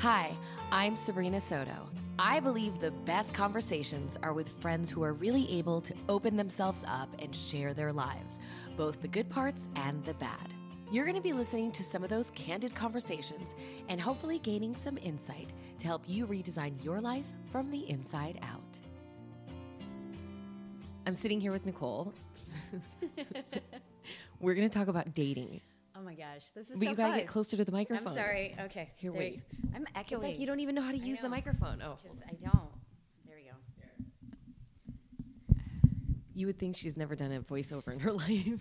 Hi, I'm Sabrina Soto. I believe the best conversations are with friends who are really able to open themselves up and share their lives, both the good parts and the bad. You're going to be listening to some of those candid conversations and hopefully gaining some insight to help you redesign your life from the inside out. I'm sitting here with Nicole. We're going to talk about dating, Oh my gosh, this is but so you got to fun. get closer to the microphone. I'm sorry. Okay. Here, there wait. you- I'm echoing. It's like you don't even know how to I use the know. microphone. Oh, 'Cause I don't. There we go. You would think she's never done a voiceover in her life.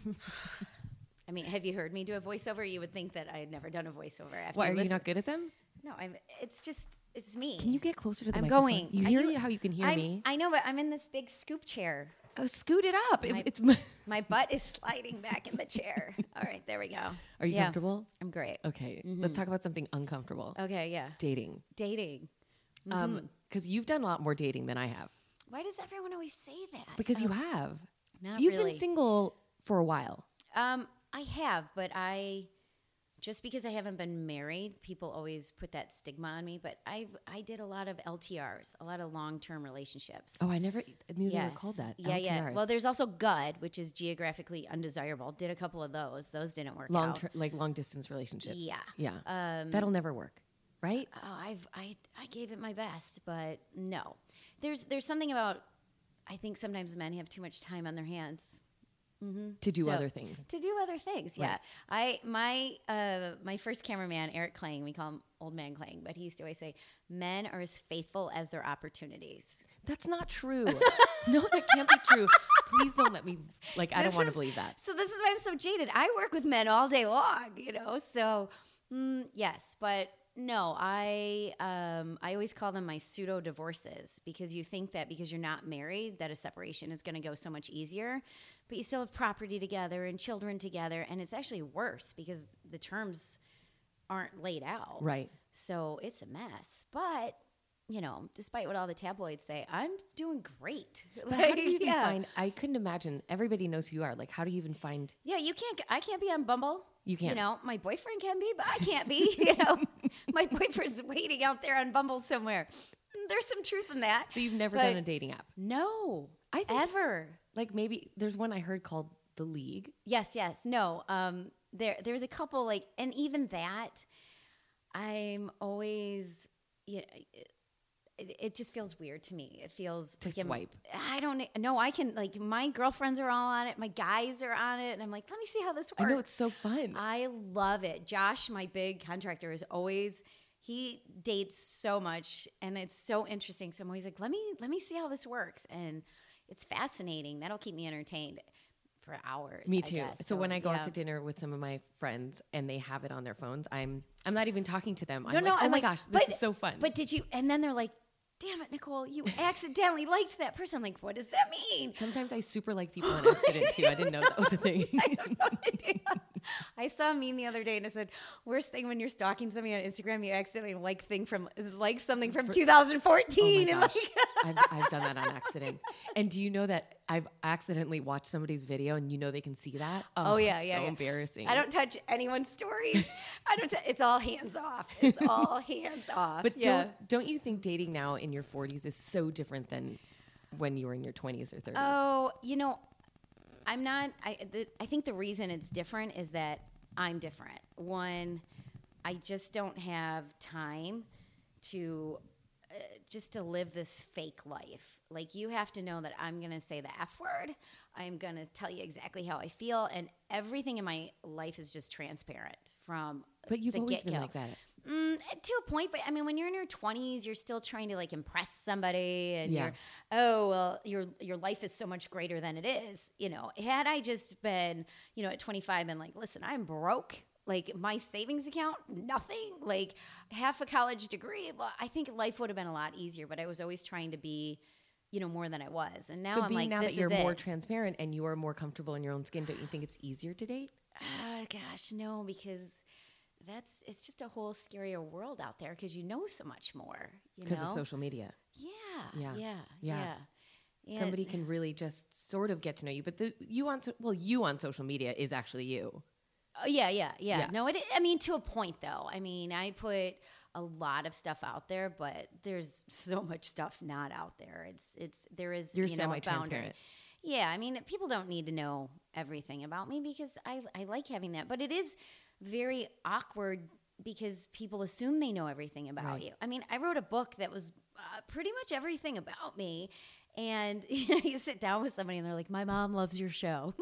I mean, have you heard me do a voiceover? You would think that I had never done a voiceover. After Why are you not good at them? No, I'm. It's just. It's me. Can you get closer to the I'm microphone? going. You I hear do- how you can hear I'm- me? I know, but I'm in this big scoop chair. oh, scoot it up. It- My- it's my, My butt is sliding back in the chair. All right, there we go. Are you Yeah. Mm-hmm. Oh. comfortable? I'm great. Okay, let's talk about something uncomfortable. Okay. Yeah. Dating, Dating. Mm-hmm. because you've done a lot more dating than I have. Why does everyone always say that? Because you have. Oh. Not you've really. been single for a while. Um, I have, but I just because I haven't been married, people always put that stigma on me. But I I did a lot of LTRs, a lot of long term relationships. Oh, I never I knew they were Yes. called that. Yeah, yeah. LTRs. Well, there's also GUD, which is geographically undesirable. Did a couple of those. Those didn't work long out. ter- like long distance relationships. Yeah. yeah. Um, That'll never work, right? oh, I've I I gave it my best, but no. There's there's something about I think sometimes men have too much time on their hands. To do So- other things. To do other things, yeah. I my uh, my first cameraman, Eric Klang, we call him Old Man Klang, but he used to always say, "Men are as faithful as their opportunities." That's not true. no, that can't be true. Please don't let me. Like, I don't This want to is- believe that. So this is why I'm so jaded. I work with men all day long, you know. So mm, yes, but no, I um, I always call them my pseudo divorces because you think that because you're not married that a separation is going to go so much easier, but you still have property together and children together, and it's actually worse because the terms aren't laid out. Right. So it's a mess, but. You know, despite what all the tabloids say, I'm doing great. But how do you even find? I couldn't imagine. Everybody knows who you are. Like, how do you even find? Yeah, you can't. I can't be on Bumble. You can't. You know, my boyfriend can be, but I can't be. You know, my boyfriend's waiting out there on Bumble somewhere. There's some truth in that. So you've never But done a dating app. No, I think- ever. Like, maybe there's one I heard called the League. Yes, yes, no. Um, there, there's a couple like, and even that, I'm always, you know, it, it just feels weird to me. It feels To like I'm- swipe. I don't know. I can like my girlfriends are all on it. My guys are on it, and I'm like, let me see how this works. I know it's so fun. I love it. Josh, my big contractor, is always he dates so much and it's so interesting. So I'm always like, let me let me see how this works. And it's fascinating. That'll keep me entertained for hours. me I too. guess. So, when I go out yeah. to dinner with some of my friends and they have it on their phones, I'm I'm not even talking to them. I'm No, like, no, oh I'm my like, gosh, this but- is so fun. But did you and then they're like, damn it, Nicole, you accidentally liked that person. I'm like, what does that mean? sometimes I super like people on accident too. I didn't know that was a thing. I have no idea. I saw a meme the other day and it said, "Worst thing when you're stalking somebody on Instagram, you accidentally like thing from like something from 2014." Oh and my gosh. like, I've, I've done that on accident. And do you know that I've accidentally watched somebody's video and you know they can see that? Oh, yeah, it's yeah, So yeah. embarrassing. I don't touch anyone's stories. I don't. T- it's all hands off. It's all hands off. But yeah. don't don't you think dating now in your 40s is so different than when you were in your 20s or 30s? Oh, you know, I'm not. I the, I think the reason it's different is that I'm different. One, I just don't have time to uh, just to live this fake life. Like you have to know that I'm going to say the F word. I'm going to tell you exactly how I feel, and everything in my life is just transparent from. but you've the always been get-go. like that. Mm, to a point, but I mean, when you're in your 20s, you're still trying to like impress somebody, and Yeah. you're, oh well, your your life is so much greater than it is. You know, had I just been, you know, at 25 and like, listen, I'm broke. Like my savings account, nothing. Like half a college degree. Well, I think life would have been a lot easier, but I was always trying to be, you know, more than I was. And now so I'm being like, now this that you're is more it. transparent and you are more comfortable in your own skin, don't you think it's easier to date? Oh gosh, no, because that's it's just a whole scarier world out there because you know so much more. You Because know? of social media. Yeah, Yeah, yeah, yeah, yeah. Yeah, Somebody can really just sort of get to know you. But the you on so, well, you on social media is actually you. oh, yeah, yeah, yeah, Yeah. No, it. I mean, to a point though. I mean, I put a lot of stuff out there, but there's so much stuff not out there. It's it's there is You're you know, a boundary. semi-transparent. Yeah, I mean, people don't need to know everything about me because I I like having that, but it is very awkward because people assume they know everything about Right. you. I mean, I wrote a book that was uh, pretty much everything about me. And you, know, you sit down with somebody and they're like, "My mom loves your show."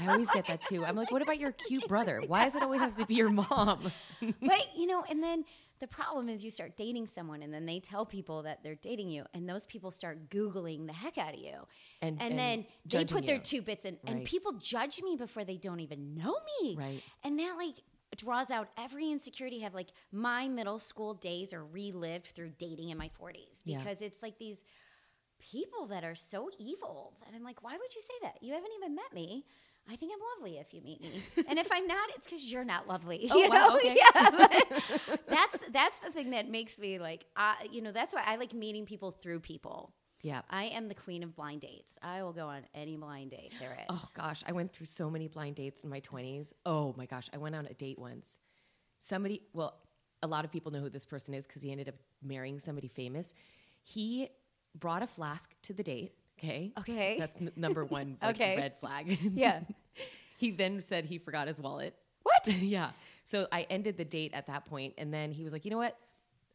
I always get that too. I'm like, what about your cute brother? Why does it always have to be your mom? but you know, and then the problem is you start dating someone, and then they tell people that they're dating you, and those people start googling the heck out of you, And- and, and then they judging put their you. two bits in, and Right. people judge me before they don't even know me, Right. And that like draws out every insecurity I have. Like my middle school days are relived through dating in my forties Yeah. because it's like these people that are so evil that I'm like, why would you say that? You haven't even met me. I think I'm lovely if you meet me, and if I'm not, it's because you're not lovely. Oh, you wow, know? okay. Yeah, but that's that's the thing that makes me like, uh, you know, that's why I like meeting people through people. Yeah. I am the queen of blind dates. I will go on any blind date there is. Oh gosh, I went through so many blind dates in my 20s. Oh my gosh, I went on a date once. Somebody, well, a lot of people know who this person is because he ended up marrying somebody famous. He brought a flask to the date. Okay. Okay. That's n- number one like, Okay. red flag. Yeah. he then said he forgot his wallet. What? yeah. So I ended the date at that point, and then he was like, "You know what?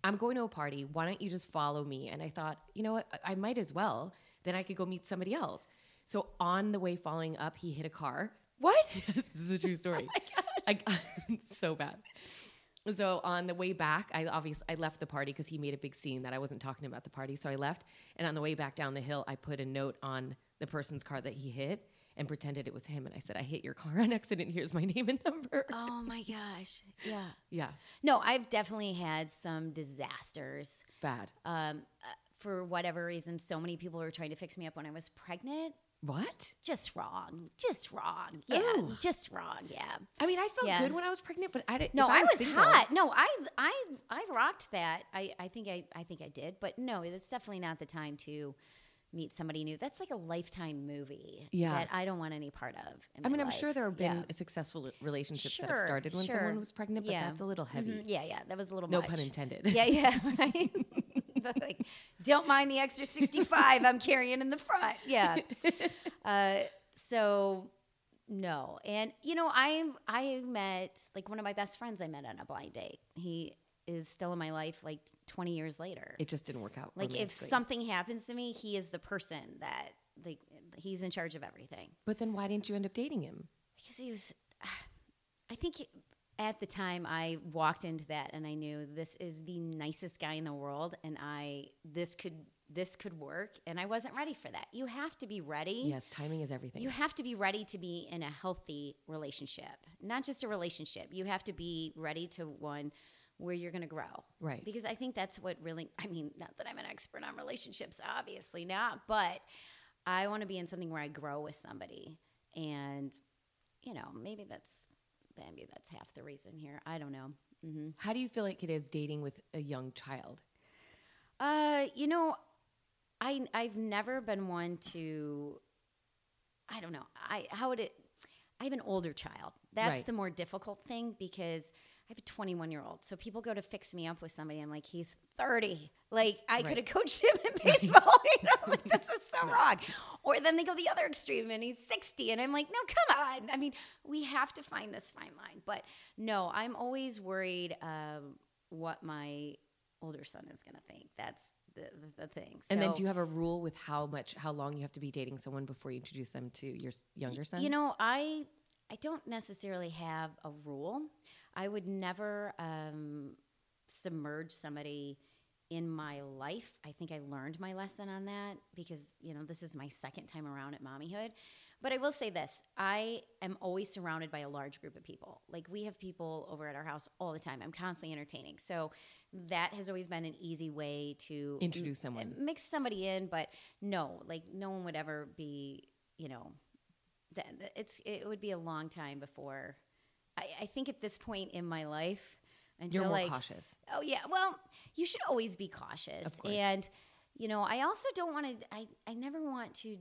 I'm going to a party. Why don't you just follow me?" And I thought, "You know what? I, I might as well. Then I could go meet somebody else." So on the way following up, he hit a car. What? this is a true story. Oh I, so bad. So on the way back, I obviously I left the party because he made a big scene that I wasn't talking about the party. So I left, and on the way back down the hill, I put a note on the person's car that he hit and pretended it was him. And I said, "I hit your car on accident. Here's my name and number." Oh my gosh. Yeah. Yeah, No, I've definitely had some disasters. bad. Um, uh, for whatever reason, so many people were trying to fix me up when I was pregnant. What? Just wrong. Just wrong. Yeah. Ooh. Just wrong. Yeah. I mean, I felt Yeah. good when I was pregnant, but I didn't. No, if I was single- hot. No, I I I rocked that. I I think I I think I did. But no, it's definitely not the time to meet somebody new. That's like a lifetime movie Yeah. that I don't want any part of. in I my mean, I'm life. sure there have been Yeah. successful relationships that have Sure, started when sure. someone was pregnant, but Yeah. that's a little heavy. Mhm. Yeah, yeah, that was a little No much. pun intended. Yeah, yeah, right. But, like, don't mind the extra 65 I'm carrying in the front. Yeah. Uh, so no. And you know, I I met like one of my best friends I met on a blind date. He is still in my life like 20 years later. It just didn't work out. like if romantically. something happens to me, he is the person that like he's in charge of everything. But then why didn't you end up dating him? Because he was, I think at the time I walked into that and I knew this is the nicest guy in the world, and I this could this could work, and I wasn't ready for that. You have to be ready. Yes, timing is everything. You have to be ready to be in a healthy relationship, not just a relationship. You have to be ready to one where you're going to grow. Right. Because I think that's what really, I mean, not that I'm an expert on relationships, obviously not, but I want to be in something where I grow with somebody. And, you know, maybe that's, maybe that's half the reason here. I don't know. hmm How do you feel like it is dating with a young child? Uh, you know, I I've never been one to. I don't know. I how would it? I have an older child. That's Right. the more difficult thing because I have a 21 year old. So people go to fix me up with somebody. I'm like, he's 30. Like I Right. could have coached him in baseball. You know, I'm like this is so wrong. Or then they go the other extreme and he's 60, and I'm like, no, come on. I mean, we have to find this fine line. But no, I'm always worried um, what my older son is going to think. That's the, the, the thing. And then So- do you have a rule with how much, how long you have to be dating someone before you introduce them to your s- younger son? You know, I I don't necessarily have a rule. I would never um, submerge somebody in my life. I think I learned my lesson on that because you know this is my second time around at mommyhood. But I will say this: I am always surrounded by a large group of people. Like we have people over at our house all the time. I'm constantly entertaining, so that has always been an easy way to introduce someone. mix somebody in, but no, like no one would ever be, you know, th- th- it's it would be a long time before. I, I think at this point in my life, until You're more like, cautious. oh yeah, well, you should always be cautious, Of course. and you know, I also don't want to. I I never want to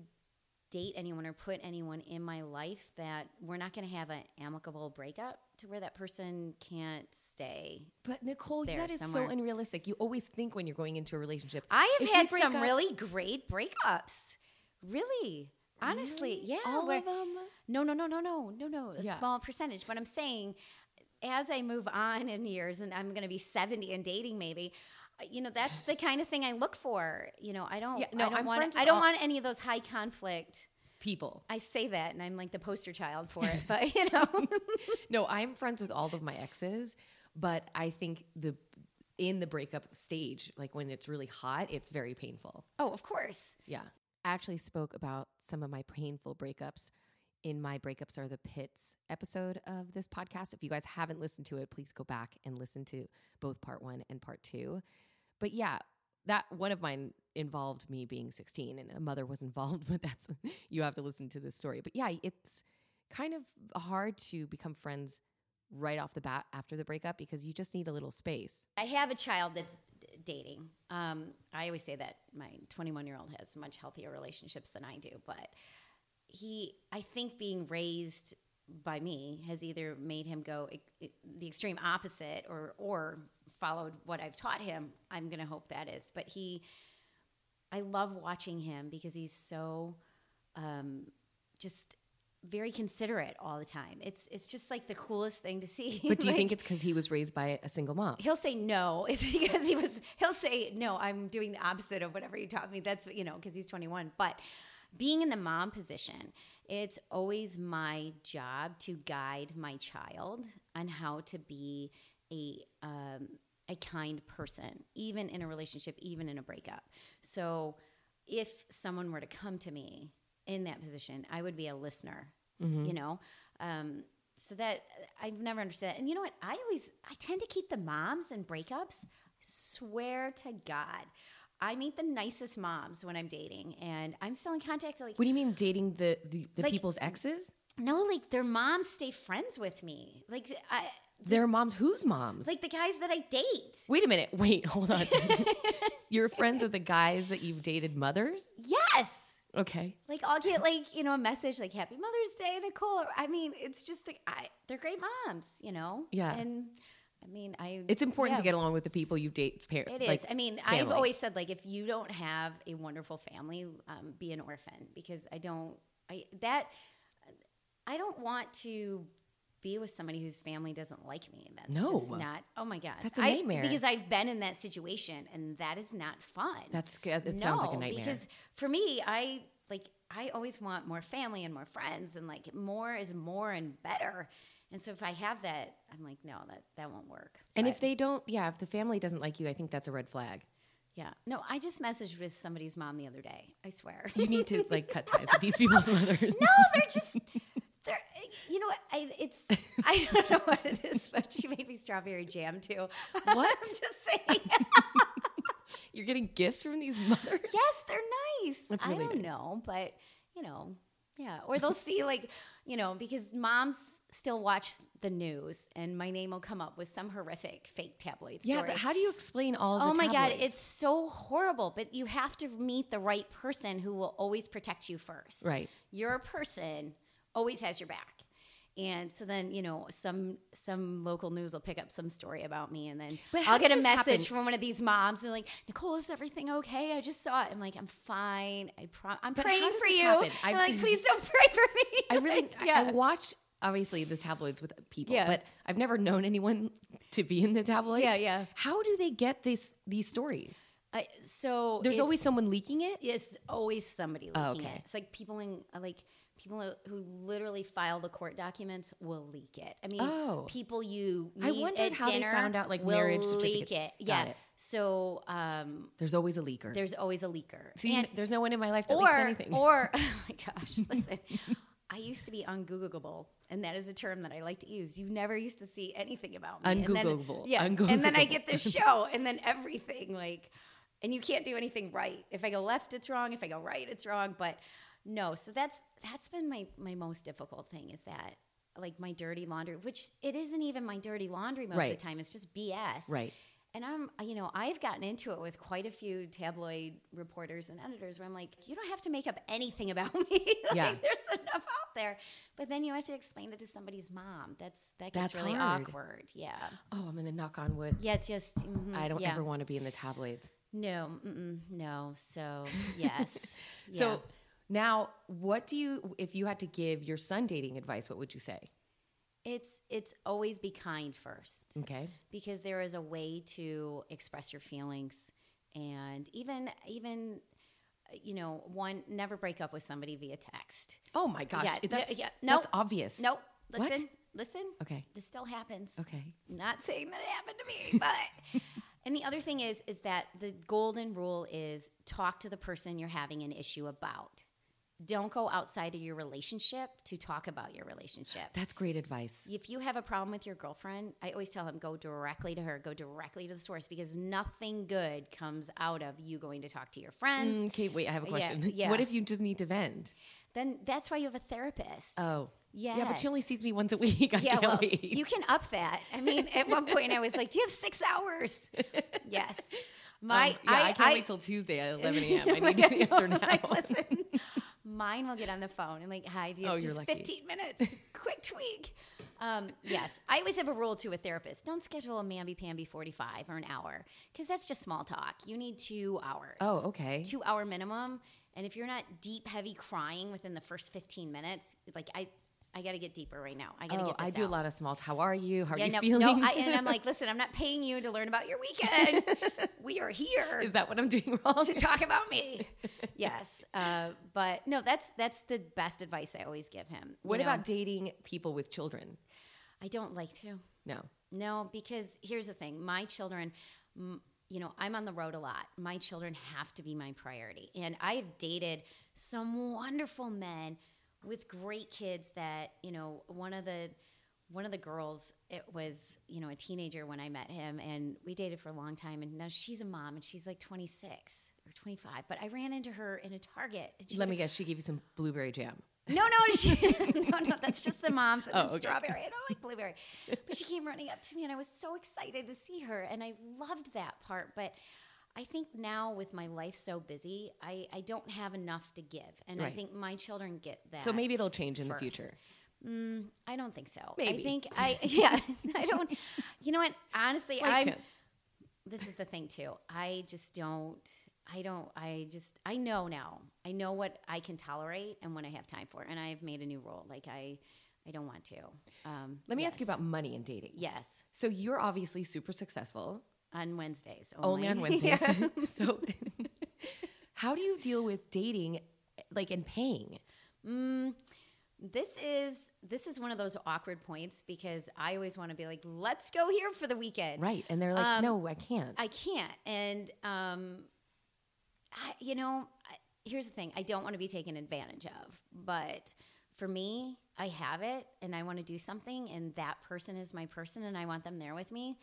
date anyone or put anyone in my life that we're not going to have an amicable breakup. to where that person can't stay. But Nicole, There that is somewhere. so unrealistic. You always think when you're going into a relationship. I have if we had break some up- really great breakups. Really. Honestly, yeah. all where- of them. No, no, no, no, no, no, no. A Yeah. small percentage. But I'm saying, as I move on in years, and I'm going to be 70 and dating maybe, uh, you know, that's the kind of thing I look for. You know, I don't. Yeah, no, I don't I'm friends want. with I don't all- want any of those high conflict. People. I say that, and I'm like the poster child for it. But you know, No, I'm friends with all of my exes, but I think the in the breakup stage, like when it's really hot, it's very painful. oh, of course. Yeah. I actually spoke about some of my painful breakups in my Breakups Are the Pits episode of this podcast. If you guys haven't listened to it, please go back and listen to both part one and part two. But yeah, that one of mine involved me being 16 and a mother was involved, but that's, you have to listen to this story. But yeah, it's kind of hard to become friends right off the bat after the breakup because you just need a little space. I have a child that's d- dating. Um, I always say that my 21 year old has much healthier relationships than I do, but he, I think, being raised by me has either made him go ex- ex- the extreme opposite or or followed what I've taught him. I'm going to hope that is, but he, I love watching him because he's so um, just very considerate all the time. It's it's just like the coolest thing to see. But do you Like- think it's because he was raised by a single mom? he'll say no it's because he was he'll say no i'm doing the opposite of whatever you taught me that's what you know because he's 21 but being in the mom position it's always my job to guide my child on how to be a um, a kind person even in a relationship even in a breakup so if someone were to come to me in that position i would be a listener you know um, so that i've never understood that and you know what i always i tend to keep the moms and breakups swear to god i meet the nicest moms when i'm dating and i'm still in contact like What do you mean dating the the, the Like- people's exes? no like their moms stay friends with me like i Their moms, whose moms? like the guys that i date wait a minute, wait, hold on. You're friends with the guys that you've dated mothers? yes Okay. Like I'll get like you know a message like Happy Mother's Day, Nicole. I mean, it's just like I, they're great moms, you know. Yeah. And I mean, I It's important to yeah. get along with the people you date parents. It is. I mean, I've family. always said like if you don't have a wonderful family, um, be an orphan because I don't. I that I don't want to be with somebody whose family doesn't like me. That's No. just not. Oh my god, That's a I- nightmare. because I've been in that situation and that is not fun. That's good. It sounds like a No, nightmare. Because for me, I like I always want more family and more friends and like more is more and better. And so if I have that, I'm like, no, that that won't work. and But- if they don't, yeah, if the family doesn't like you, I think that's a red flag. yeah, no, I just messaged with somebody's mom the other day. I swear. You need to like cut ties with these people's mothers. no, they're just they're. You know what? I, it's I don't know what it is, but she made me strawberry jam too. What? I'm just saying. You're getting gifts from these mothers? Yes, they're nice. That's I really don't nice. know, but you know, yeah. Or they'll see like, you know, because moms still watch the news, and my name will come up with some horrific fake tabloid Yeah, story. but how do you explain all the Oh my god, tabloids? it's so horrible. But you have to meet the right person who will always protect you first. Right. Your person always has your back. And so then, you know, some some local news will pick up some story about me and then But how I'll get a does this message happen? from one of these moms and like, Nicole, is everything okay? I just saw it. I'm like, I'm fine. I prom- I'm how praying does for this you. happen? I'm I've- like, please don't pray for me. I really Like, I- I watch obviously the tabloids with people, Yeah. but I've never known anyone to be in the tabloids. Yeah, yeah. How do they get this these stories? I- so There's it's- always someone leaking it. It's always somebody leaking Oh, okay. it. It's like people in uh, like people who literally file the court documents will leak it. I mean, Oh. people you I meet wondered at how they dinner found out, like, will marriage leak it. certificates. Yeah. Got it. So um, There's always a leaker. there's always a leaker. See, and there's no one in my life that or leaks anything. or oh my gosh, listen. I used to be ungoogleable, and that is a term that I like to use. You never used to see anything about me. And then- Ungoogleable, yeah. And then I ungoogleable. get this show, and then everything like, and you can't do anything right. If I go left, it's wrong. If I go right, it's wrong. But no, so that's that's been my my most difficult thing is that like my dirty laundry, which it isn't even my dirty laundry most Right. of the time. It's just BS. Right. and I'm, you know, I've gotten into it with quite a few tabloid reporters and editors where I'm like, you don't have to make up anything about me. like, Yeah. There's enough out there. But then you have to explain it to somebody's mom. That's, that gets That's really hard. awkward. Yeah. Oh, I'm gonna knock on wood. Yeah. It's just, mhm, I don't yeah. ever want to be in the tabloids. No, mm-mm, no. So, yes. Yeah. So now, what do you? If you had to give your son dating advice, what would you say? it's, it's always be kind first. Okay. because there is a way to express your feelings and even even uh, you know one never break up with somebody via text Oh my gosh, Yeah, no, that's yeah, that's no, obvious. no What? listen listen Okay. this still happens Okay. not saying that it happened to me but and the other thing is is that the golden rule is talk to the person you're having an issue about don't go outside of your relationship to talk about your relationship That's great advice. if you have a problem with your girlfriend, I always tell them go directly to her, go directly to the source because nothing good comes out of you going to talk to your friends. Mm, Kate, wait, I have a Yeah, question. yeah. What if you just need to vend? Then that's why you have a therapist. Oh. Yeah, but she only Yes. sees me once a week. I yeah, can't well, wait. you can up that. I mean, at one point I was like, "Do you have six hours?" yes, my Um, yeah, I, can't wait till Tuesday at 11 a.m. I my need an God, answer no, now. like, listen, mine will get on the phone and like, hi, do you have Oh, you're just lucky. 15 minutes? Quick tweak. Um, yes, I always have a rule to a therapist: don't schedule a mamby pamby 45 or an hour because that's just small talk. You need two hours. Oh, okay. Two hour minimum, and if you're not deep, heavy crying within the first 15 minutes, like I, I got to get deeper right now. I got to Oh, get. This I do out. a lot of small. t- How are you? How are Yeah, you no, feeling? no, I, and I'm like, listen, I'm not paying you to learn about your weekend. we are here Is that what I'm doing wrong? to talk about me. yes, uh, but no, that's that's the best advice I always give him. You What know, about dating people with children? I don't like to. No. No, because here's the thing: my children. m- You know, I'm on the road a lot. My children have to be my priority, and I've dated some wonderful men with great kids. That you know, one of the one of the girls it was you know a teenager when i met him and we dated for a long time and now she's a mom and she's like 26 or 25 but i ran into her in a target and she Let me guess. She gave you some blueberry jam. no, no, she, no, no. That's just the moms and then Oh, okay. strawberry. I don't like blueberry. But she came running up to me, and I was so excited to see her, and I loved that part. But I think now with my life so busy, I, I don't have enough to give, and I Right. think my children get that. So maybe it'll change in first. the future. Mm, I don't think so. Maybe. I think I yeah. I don't. You know what? Honestly, Slight I'm. chance. This is the thing too. I just don't. I don't. I just. I know now. I know what I can tolerate and when I have time for. it. And I've made a new rule. Like I, I don't want to. Um, Let me ask you yes. about money and dating. yes So you're obviously super successful, on Wednesdays. only Only, on Yeah. Wednesdays. so how do you deal with dating, like and paying? Mm, this is this is one of those awkward points because I always want to be like, let's go here for the weekend. Right, and they're like, Um, no, I can't. I can't. And, um, I, you know, I, here's the thing I don't want to be taken advantage of. But for me, I have it and I want to do something, and that person is my person, and I want them there with me.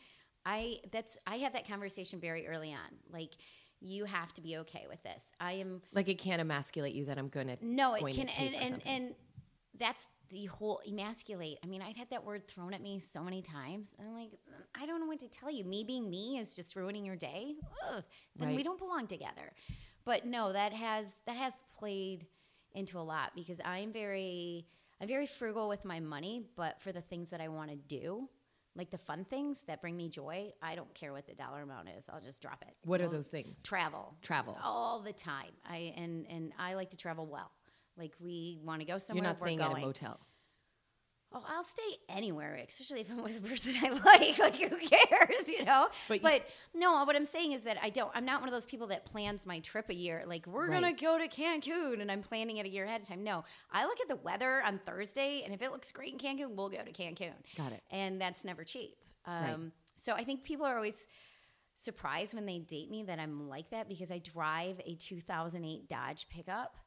I that's I have that conversation very early on. Like, you have to be okay with this. I am like it can't emasculate you that I'm gonna. no, it going can, to pay and, for and something. and that's the whole emasculate. I mean, I've had that word thrown at me so many times, and I'm like, "Mm, I don't know what to tell you. Me being me is just ruining your day. Ugh, then we Right. don't belong together. But no, that has that has played into a lot because I'm very I'm very frugal with my money, but for the things that I want to do. Like the fun things that bring me joy, I don't care what the dollar amount is. I'll just drop it. what are Well, Oh, those things? Travel Travel. all the time. I and and I like to travel well. Like we want to go somewhere. You're not we're staying going. at a motel. Oh, I'll stay anywhere, especially if I'm with a person I like. Like who cares, you know? But you- But, no, what I'm saying is that I don't. I'm not one of those people that plans my trip a year. Like we're gonna Right. go to Cancun, and I'm planning it a year ahead of time. No, I look at the weather on Thursday, and if it looks great in Cancun, we'll go to Cancun. Got it. And that's never cheap. Um, So I think people are always surprised when they date me that I'm like that because I drive a 2008 Dodge pickup.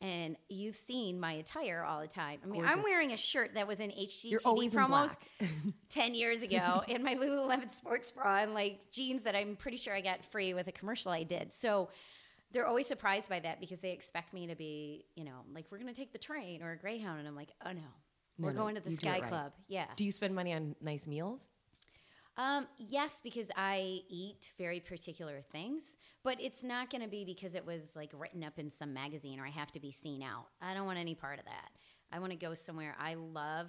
And you've seen my attire all the time. I mean, I'm Gorgeous. wearing a shirt that was in HGTV You're always in promos black. 10 years ago, and my Lululemon sports bra, and like jeans that I'm pretty sure I got free with a commercial I did. So they're always surprised by that because they expect me to be, you know, like, we're going to take the train or a Greyhound. And I'm like, oh no, No, we're no, going to the you do it Sky right. Club. Yeah. Do you spend money on nice meals? Um, yes, because I eat very particular things, but it's not going to be because it was like written up in some magazine or I have to be seen out. I don't want any part of that. I want to go somewhere I love.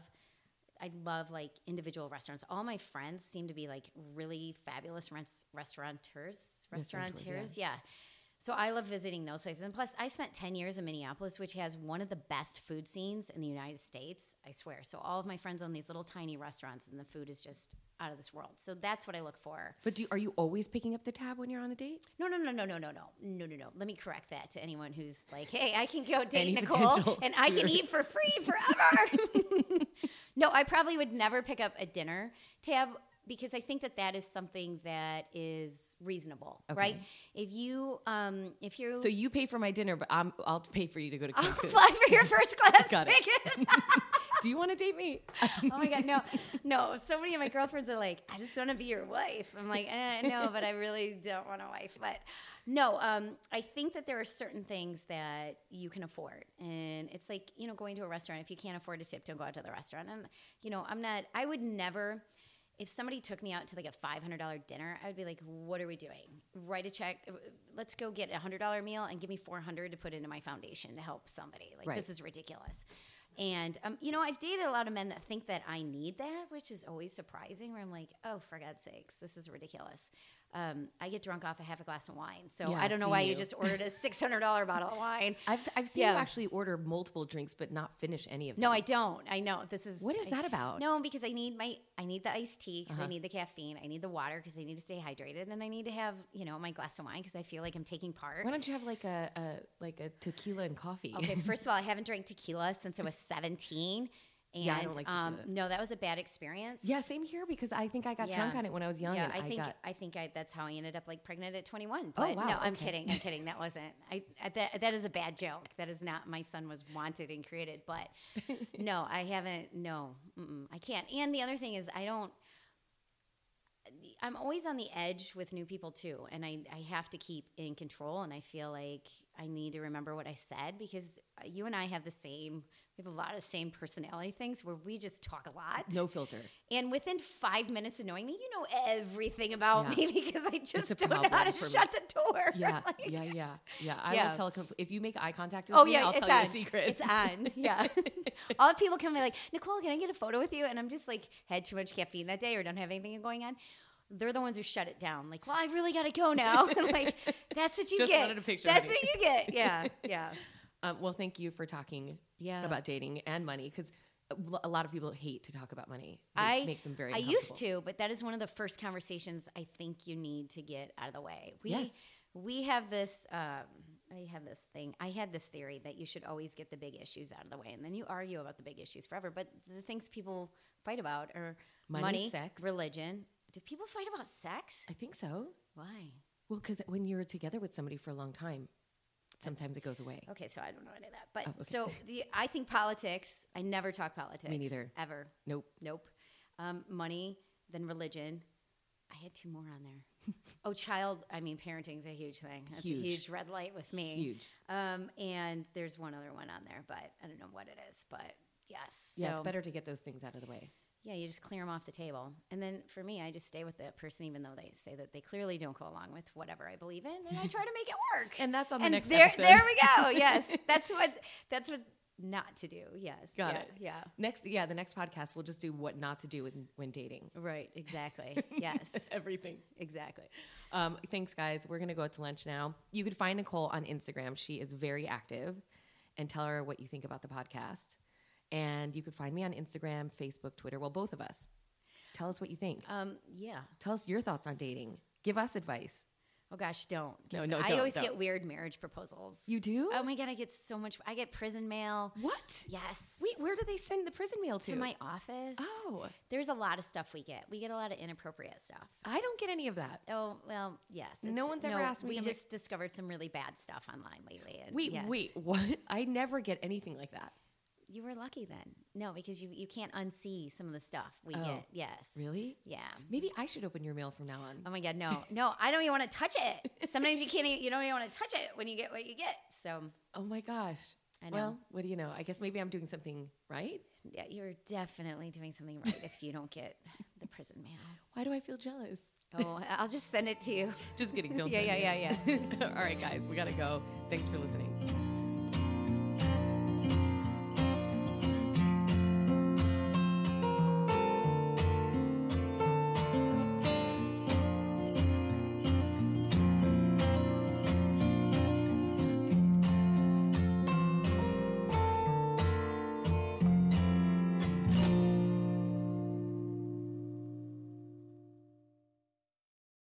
I love like individual restaurants. All my friends seem to be like really fabulous rents, restaurateurs, Restaurateurs, yeah. restaurateurs. Yeah. So I love visiting those places. And plus, I spent 10 years in Minneapolis, which has one of the best food scenes in the United States, I swear. So all of my friends own these little tiny restaurants, and the food is just out of this world. So that's what I look for. But do, are you always picking up the tab when you're on a date? No, no, no, no, no, no, no, no, no, no. Let me correct that to anyone who's like, "Hey, I can go date Any Nicole, potential and I can suitors. eat for free forever." no, I probably would never pick up a dinner tab because I think that that is something that is reasonable, right? If you, um, if you're, So you pay for my dinner, but I'm, I'll pay for you to go to I'll Cancun. fly for your first class Got it. ticket. do you want to date me? oh my god, no, no. So many of my girlfriends are like, "I just want to be your wife." I'm like, eh, "No, but I really don't want a wife." But no, um, I think that there are certain things that you can afford, and it's like you know going to a restaurant. If you can't afford a tip, don't go out to the restaurant. And you know, I'm not. I would never. If somebody took me out to like a five hundred dollar dinner, I would be like, "What are we doing? Write a check. Let's go get a hundred dollar meal and give me four hundred to put into my foundation to help somebody. Like Right. this is ridiculous." And um, you know, I've dated a lot of men that think that I need that, which is always surprising. Where I'm like, "Oh, for God's sakes, this is ridiculous." Um, I get drunk off a half a glass of wine, so Yeah, I don't I've know seen why you. you just ordered a six hundred dollar bottle of wine. I've, I've seen you Yeah. actually order multiple drinks, but not finish any of them. No, I don't. I know this is What is I- that about? No, because I need my I need the iced tea because Uh-huh. I need the caffeine. I need the water because I need to stay hydrated, and I need to have you know my glass of wine because I feel like I'm taking part. Why don't you have like a, a like a tequila and coffee? Okay, first of all, I haven't drank tequila since I was 17. And, Yeah, I don't like um, tequila. no, that was a bad experience. yeah, same here because I think I got Yeah. drunk on it when I was young. Yeah, and I I, think got, I think I, that's how I ended up like pregnant at 21. Oh, But wow, no, I'm okay. kidding. I'm kidding. That wasn't. I I- that that is a bad joke. That is not my son was wanted and created. But no, I haven't. No, mm-mm, I can't. And the other thing is, I don't. I'm always on the edge with new people too, and I, I have to keep in control. And I feel like I need to remember what I said because you and I have the same. We have a lot of same personality things where we just talk a lot. no filter. And within five minutes of knowing me, you know everything about Yeah. me because I just don't know problem how to for me. shut the door. Yeah, Like, yeah, yeah, yeah. I Yeah. will tell. a compl- if you make eye contact with Oh me, yeah, I'll it's tell on. you a secret. It's on. Yeah. All the people come and be like, Nicole, can I get a photo with you? And I'm just like, had too much caffeine that day or don't have anything going on. They're the ones who shut it down. Like, well, I really gotta go now. And like, that's what you Just get. wanted a picture of That's you. what you get. Yeah. Yeah. Um, well, thank you for talking Yeah. about dating and money because a lot of people hate to talk about money. It I makes them very. I used uncomfortable. to, but that is one of the first conversations I think you need to get out of the way. We, Yes. we have this. Um, I have this thing. I had this theory that you should always get the big issues out of the way, and then you argue about the big issues forever. But the things people fight about are Money, money, sex. religion. Do people fight about sex? I think so. Why? Well, because when you're together with somebody for a long time, sometimes it goes away. Okay, so I don't know any of that. But Oh, okay. so do you, I think politics. I never talk politics. neither. Ever. Nope. Nope. Um, money, then religion. I had two more on there. oh, child. I mean, parenting's a huge thing. That's Huge. a huge red light with me. Huge. Um, and there's one other one on there, but I don't know what it is. But yes. Yeah, it's So, better to get those things out of the way. Yeah, you just clear them off the table. And then for me, I just stay with that person, even though they say that they clearly don't go along with whatever I believe in, and I try to make it work. And that's on the next there, episode. there we go. Yes, that's what. That's what not to do. Yes. Got yeah, it. Yeah. Next, yeah, the next podcast we'll just do what not to do when, when dating. Right. Exactly. Yes. Everything. exactly. Um, thanks, guys. We're gonna go out to lunch now. You can find Nicole on Instagram. She is very active, and tell her what you think about the podcast. And you can find me on Instagram, Facebook, Twitter. Well, both of us. Tell us what you think. Um, yeah. Tell us your thoughts on dating. Give us advice. Oh gosh, don't. 'Cause No, no, I don't, always don't. get weird marriage proposals. You do? Oh my god, I get so much. I get prison mail. What? Yes. Wait, where do they send the prison mail to? to my office. oh, There's a lot of stuff we get. We get a lot of inappropriate stuff. I don't get any of that. Oh well, yes. No it's- one's ever asked me We to ma- just discovered some really bad stuff online lately. and Wait, yes. wait, what? I never get anything like that. You were lucky then. No, because you you can't unsee some of the stuff we Oh, get. Yes. Really? Yeah. Maybe I should open your mail from now on. Oh my god, no, no! I don't even e, want to touch it. Sometimes you can't. Even, you don't even want to touch it when you get what you get. So Oh my gosh. I know. Well, what do you know? I guess maybe I'm doing something right. yeah, you're definitely doing something right if you don't get the prison mail. Why do I feel jealous? Oh, I'll just send it to you. Just kidding. Don't. Yeah, send yeah, it. All right, guys, we gotta go. Thanks for listening.